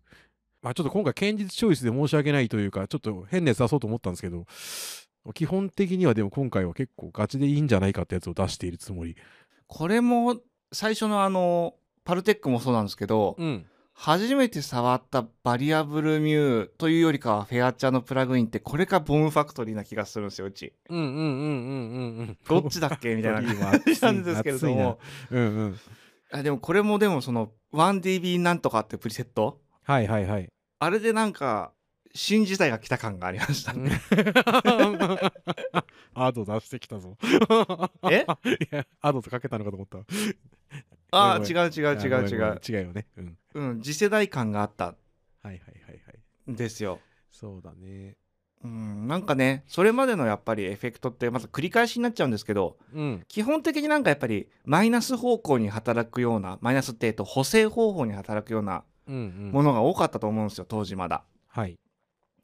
[SPEAKER 1] まあ、ちょっと今回堅実チョイスで申し訳ないというかちょっと変なやつ出そうと思ったんですけど基本的にはでも今回は結構ガチでいいんじゃないかってやつを出しているつもり。
[SPEAKER 2] これも最初のあのパルテックもそうなんですけど、
[SPEAKER 1] うん、
[SPEAKER 2] 初めて触ったバリアブルミューというよりかはフェアチャーのプラグインってこれかボムファクトリーな気がするんですようち
[SPEAKER 1] うんうんうんうんうんうん。
[SPEAKER 2] どっちだっけみたいな
[SPEAKER 1] ボム
[SPEAKER 2] 感
[SPEAKER 1] ファクトリ
[SPEAKER 2] じ
[SPEAKER 1] ーは
[SPEAKER 2] なんですけれど
[SPEAKER 1] 熱いな
[SPEAKER 2] も
[SPEAKER 1] うんうん。
[SPEAKER 2] あでもこれもでもその 1DB なんとかってプリセット
[SPEAKER 1] はいはいはい。
[SPEAKER 2] あれでなんか新時代が来た感がありましたね
[SPEAKER 1] アート出してきたぞ。
[SPEAKER 2] え
[SPEAKER 1] いや、アートとかけたのかと思った。
[SPEAKER 2] ああ
[SPEAKER 1] ごめ
[SPEAKER 2] 違
[SPEAKER 1] ん
[SPEAKER 2] う違う違う違う、
[SPEAKER 1] 違う。違うよね。うん。
[SPEAKER 2] うん、次世代感があった
[SPEAKER 1] はいはいはいはい。
[SPEAKER 2] んですよ
[SPEAKER 1] そうだね。
[SPEAKER 2] うん、なんかねそれまでのやっぱりエフェクトってまず繰り返しになっちゃうんですけど
[SPEAKER 1] うん。
[SPEAKER 2] 基本的になんかやっぱりマイナス方向に働くようなマイナスってえっと補正方法に働くような
[SPEAKER 1] うんうん。
[SPEAKER 2] ものが多かったと思うんですよ当時まだ
[SPEAKER 1] はい。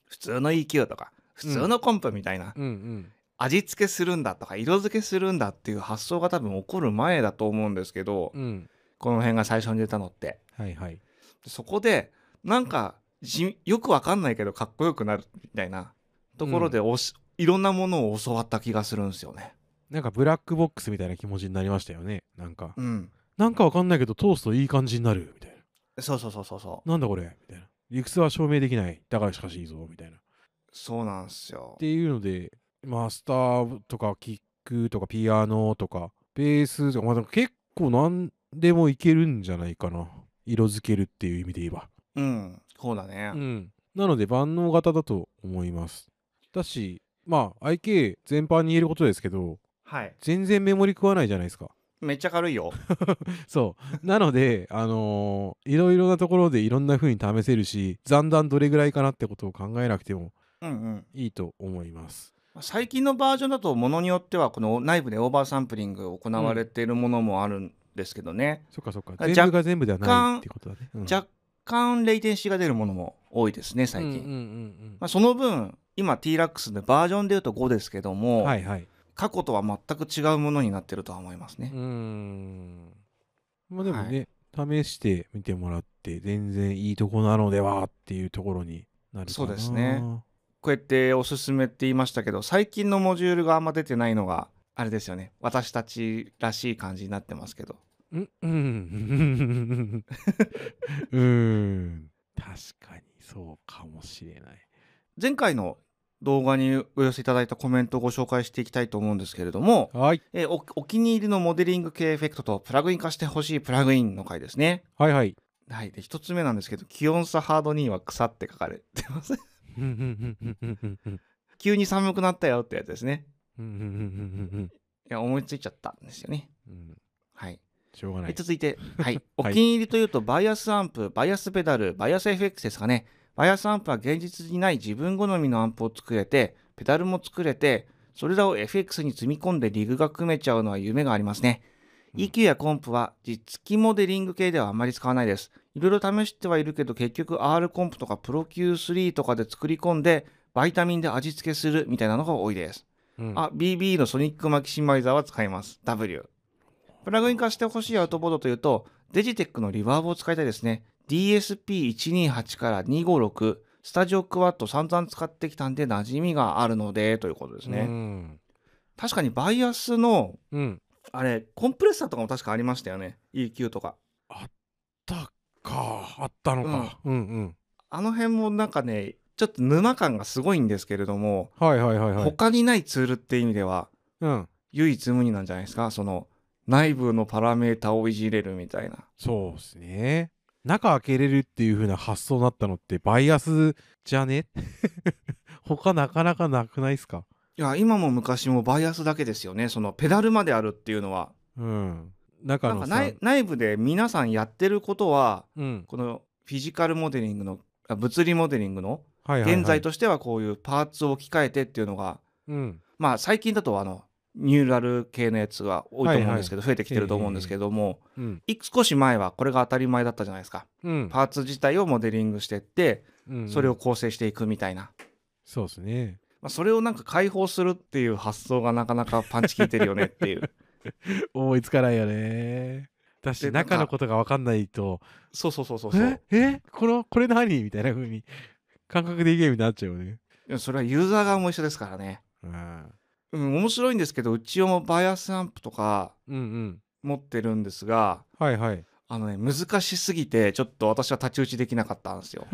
[SPEAKER 2] 普通の EQ とか普通のコンプみたいな、
[SPEAKER 1] うんうん。
[SPEAKER 2] 味付けするんだとか色付けするんだっていう発想が多分起こる前だと思うんですけど、
[SPEAKER 1] うん。
[SPEAKER 2] この辺が最初に出たのって
[SPEAKER 1] はいはい。
[SPEAKER 2] そこでなんかじよくわかんないけどかっこよくなるみたいなところでおし、いろんなものを教わった気がするんですよね。
[SPEAKER 1] なんかブラックボックスみたいな気持ちになりましたよね。なんか。
[SPEAKER 2] うん、
[SPEAKER 1] なんかわかんないけど、通すといい感じになる。みたいな。
[SPEAKER 2] そうそうそうそうそう
[SPEAKER 1] なんだこれみたいな。理屈は証明できない。だからしかしいいぞ。みたいな。
[SPEAKER 2] そうなんですよ
[SPEAKER 1] っ。ていうのでマスターとかキックとかピアノとかベースとか、まあ、でも結構何でもいけるんじゃないかな色付けるっていう意味で言えば、
[SPEAKER 2] うんそうだね
[SPEAKER 1] う。ん、なので万能型だと思いますだしまあ IK 全般に言えることですけど
[SPEAKER 2] はい
[SPEAKER 1] 全然メモリ食わないじゃないですか *laughs*
[SPEAKER 2] めっちゃ軽いよ。
[SPEAKER 1] そうなのであのーいろいろなところでいろんな風に試せるし残弾どれぐらいかなってことを考えなくても
[SPEAKER 2] *laughs* うんうん
[SPEAKER 1] いいと思います
[SPEAKER 2] 最近のバージョンだとものによってはこの内部でオーバーサンプリング行われているものもあるんですけどね、
[SPEAKER 1] そっかそっか
[SPEAKER 2] あ
[SPEAKER 1] 全部が全部ではないってことだね、うん
[SPEAKER 2] 若干レイテンシーが出るものも多いですね最近、
[SPEAKER 1] うんうんうん
[SPEAKER 2] まあ、その分今 T-RAX のバージョンでいうと5ですけど
[SPEAKER 1] う
[SPEAKER 2] も、
[SPEAKER 1] ん、はいはい
[SPEAKER 2] 過去とは全く違うものになってるとは思いますね
[SPEAKER 1] う、ーんまあでもね、試してみてもらって全然いいとこなのではっていうところになるかな
[SPEAKER 2] そうですねこうやっておすすめって言いましたけど最近のモジュールがあんま出てないのがあれですよね私たちらしい感じになってますけど
[SPEAKER 1] うんうんうーん確かにそうかもしれない
[SPEAKER 2] 前回の動画にお寄せいただいたコメントをご紹介していきたいと思うんですけれども、
[SPEAKER 1] はい
[SPEAKER 2] えーおお気に入りのモデリング系エフェクトとプラグイン化してほしいプラグインの回ですね
[SPEAKER 1] はいはい
[SPEAKER 2] はい、で一つ目なんですけど気温差ハード2は草って書かれてます *laughs*
[SPEAKER 1] ふんふんふんふんふんふん
[SPEAKER 2] 急に寒くなったよってやつですね
[SPEAKER 1] ふんふんふんふんふん
[SPEAKER 2] いや思いついちゃったんですよね
[SPEAKER 1] ふんうん
[SPEAKER 2] はい、
[SPEAKER 1] しょうがな
[SPEAKER 2] で
[SPEAKER 1] い
[SPEAKER 2] 続
[SPEAKER 1] *laughs*
[SPEAKER 2] いて、はい、お
[SPEAKER 1] はい
[SPEAKER 2] 気に入りというとバイアスアンプバイアスペダルバイアス FX ですかねバイアスアンプは現実にない自分好みのアンプを作れてペダルも作れてそれらを FX に積み込んでリグが組めちゃうのは夢がありますね
[SPEAKER 1] うん
[SPEAKER 2] EQ やコンプは実機モデリング系ではあまり使わないです。いろいろ試してはいるけど結局 R コンプとか ProQ3 とかで作り込んでバイタミンで味付けするみたいなのが多いです。
[SPEAKER 1] うん
[SPEAKER 2] あ、BB のソニックマキシマイザーは使います。W。プラグイン化してほしいアウトボードというとデジテックのリバーブを使いたいですね。 DSP128 から256スタジオクワット散々使ってきたんで馴染みがあるのでということですね、
[SPEAKER 1] うん
[SPEAKER 2] 確かにバイアスの
[SPEAKER 1] うん
[SPEAKER 2] あれコンプレッサーとかも確かありましたよね EQ とか
[SPEAKER 1] だかあったのか、うん、うん
[SPEAKER 2] あの辺もなんかねちょっと沼感がすごいんですけれども、
[SPEAKER 1] はいはいはいはい
[SPEAKER 2] 他にないツールって意味では
[SPEAKER 1] うん
[SPEAKER 2] 唯一無二なんじゃないですかその内部のパラメータをいじれるみたいな
[SPEAKER 1] そうですね中開けれるっていう風な発想になったのってバイアスじゃね *laughs* 他なかなかなくないですか
[SPEAKER 2] いや今も昔もバイアスだけですよねそのペダルまであるっていうのは
[SPEAKER 1] うん中
[SPEAKER 2] なん
[SPEAKER 1] の
[SPEAKER 2] か
[SPEAKER 1] さ
[SPEAKER 2] 内内部で皆さんやってることは
[SPEAKER 1] うん
[SPEAKER 2] このフィジカルモデリングのあ物理モデリングの
[SPEAKER 1] はいはいはい
[SPEAKER 2] 現在としてはこういうパーツを置き換えてっていうのが
[SPEAKER 1] うん
[SPEAKER 2] まあ最近だとあのニューラル系のやつが多いと思うんですけど増えてきてると思うんですけども
[SPEAKER 1] うん
[SPEAKER 2] い少し前はこれが当たり前だったじゃないですか
[SPEAKER 1] うん
[SPEAKER 2] パーツ自体をモデリングしてって
[SPEAKER 1] うん
[SPEAKER 2] それを構成していくみたいな
[SPEAKER 1] そうですね
[SPEAKER 2] まあそれをなんか解放するっていう発想がなかなかパンチ効いてるよねっていう
[SPEAKER 1] 思いつかないよねだし
[SPEAKER 2] でなんか
[SPEAKER 1] 中のことが分かんないと
[SPEAKER 2] そうそうそうそうそう
[SPEAKER 1] ええこのこれ何みたいな風に感覚でいけるようになっちゃうよね
[SPEAKER 2] いやそれはユーザー側も一緒ですからね
[SPEAKER 1] うん
[SPEAKER 2] うん面白いんですけどうち用もバイアスアンプとか
[SPEAKER 1] うんうん
[SPEAKER 2] 持ってるんですが
[SPEAKER 1] はいはい
[SPEAKER 2] あのね難しすぎてちょっと私は太刀打ちできなかったんですよ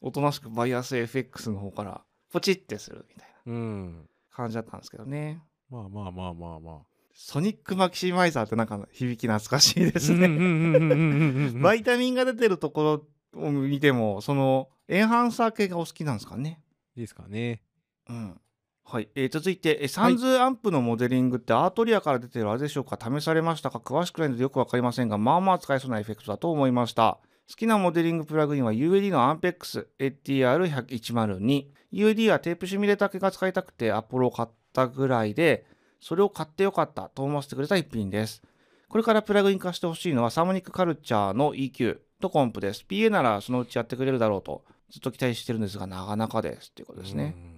[SPEAKER 2] おとなしくバイアス FX の方からポチってするみたいな
[SPEAKER 1] うん
[SPEAKER 2] 感じだったんですけどね
[SPEAKER 1] まあまあまあまあまあ
[SPEAKER 2] ソニックマキシマイザーってなんか響き懐かしいで
[SPEAKER 1] です
[SPEAKER 2] ね、 *laughs* バイタミンが出てるところを見てもそのエンハンサー系がお好きなんですかね
[SPEAKER 1] ですかね
[SPEAKER 2] うんはい、えー続いてえーサンズアンプのモデリングってアートリアから出てるあれでしょうか試されましたか詳しくないのでよくわかりませんがまあまあ使えそうなエフェクトだと思いました好きなモデリングプラグインは UAD の AMPEX ATR102 UAD はテープシミュレーター系が使いたくてアポロを買ったぐらいでそれを買ってよかったと思わせてくれた一品ですこれからプラグイン化してほしいのはサーモニックカルチャーの EQ とコンプです PA ならそのうちやってくれるだろうとずっと期待してるんですがなかなかですということですね、
[SPEAKER 1] うん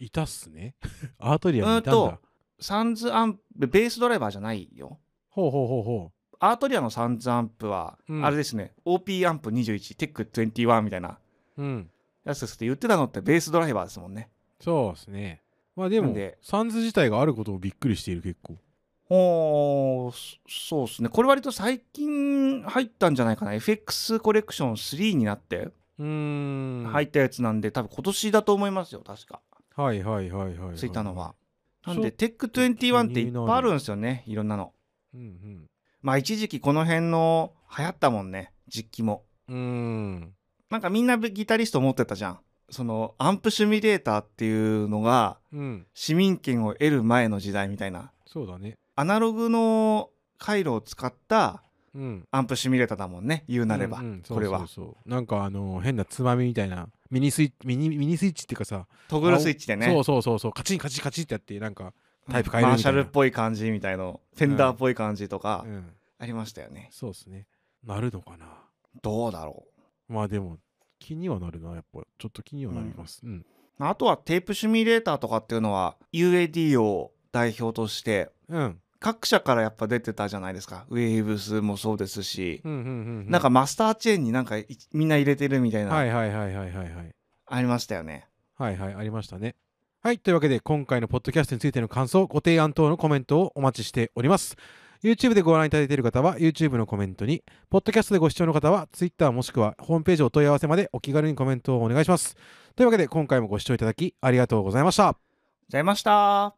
[SPEAKER 1] いたっすね *laughs* アートリアに
[SPEAKER 2] う
[SPEAKER 1] い
[SPEAKER 2] ん
[SPEAKER 1] たんだ
[SPEAKER 2] とサンズアンプベースドライバーじゃないよ
[SPEAKER 1] ほうほうほうほ
[SPEAKER 2] アートリアのサンズアンプは、
[SPEAKER 1] うん
[SPEAKER 2] あれですね OP アンプ21テック21みたいな
[SPEAKER 1] ううん
[SPEAKER 2] やつですって言ってたのってベースドライバーですもんね
[SPEAKER 1] そうですねまあで
[SPEAKER 2] な
[SPEAKER 1] も
[SPEAKER 2] んで
[SPEAKER 1] サンズ自体があることをびっくりしている結構
[SPEAKER 2] ほーそそうですねこれ割と最近入ったんじゃないかな FX コレクション3になって
[SPEAKER 1] うーん
[SPEAKER 2] 入ったやつなんで、多分今年だと思いますよ確か
[SPEAKER 1] はいはいはいはいはい
[SPEAKER 2] ついたのは、
[SPEAKER 1] そう
[SPEAKER 2] なんでテック21っていっぱいあるんですよねいろんなの
[SPEAKER 1] うん
[SPEAKER 2] まあ一時期この辺の流行ったもんね実機も
[SPEAKER 1] うんうーん
[SPEAKER 2] なんかみんなギタリスト持ってたじゃん。そのアンプシミュレーターっていうのが
[SPEAKER 1] うん
[SPEAKER 2] 市民権を得る前の時代みたいな。
[SPEAKER 1] そうだね
[SPEAKER 2] アナログの回路を使った
[SPEAKER 1] うん
[SPEAKER 2] アンプシミュレーターだもんね。言うなれば。
[SPEAKER 1] うんうん
[SPEAKER 2] これは
[SPEAKER 1] そうそうそうなんかあの変なつまみみたいなミニスイッチミニミニスイッチっていうかさ、
[SPEAKER 2] トグルスイッチでね。
[SPEAKER 1] そうそうそうそうカチンカチンカチンってやってなんかタイプ変える
[SPEAKER 2] マ
[SPEAKER 1] みたいな
[SPEAKER 2] ーシャルっぽい感じみたいの。フェンダーっぽい感じとか
[SPEAKER 1] うん
[SPEAKER 2] ありましたよね。
[SPEAKER 1] そうですねなるのかな
[SPEAKER 2] どうだろう。
[SPEAKER 1] まあでも気にはなるなやっぱちょっと気にはなりますうん、
[SPEAKER 2] あとはテープシミュレーターとかっていうのは UAD を代表として
[SPEAKER 1] うん、うん
[SPEAKER 2] 各社からやっぱ出てたじゃないですか。ウェーブスもそうですし。
[SPEAKER 1] うんうんうん
[SPEAKER 2] なんかマスターチェーンになんかいみんな入れてるみたいな、
[SPEAKER 1] はいはいはいはいはいはい
[SPEAKER 2] ありましたよね。
[SPEAKER 1] はいはいありましたねはいというわけで今回のポッドキャストについての感想ご提案等のコメントをお待ちしております YouTube でご覧いただいている方は YouTube のコメントにポッドキャストでご視聴の方は Twitter もしくはホームページお問い合わせまでお気軽にコメントをお願いしますというわけで今回もご視聴いただきありがとうございました
[SPEAKER 2] ございました。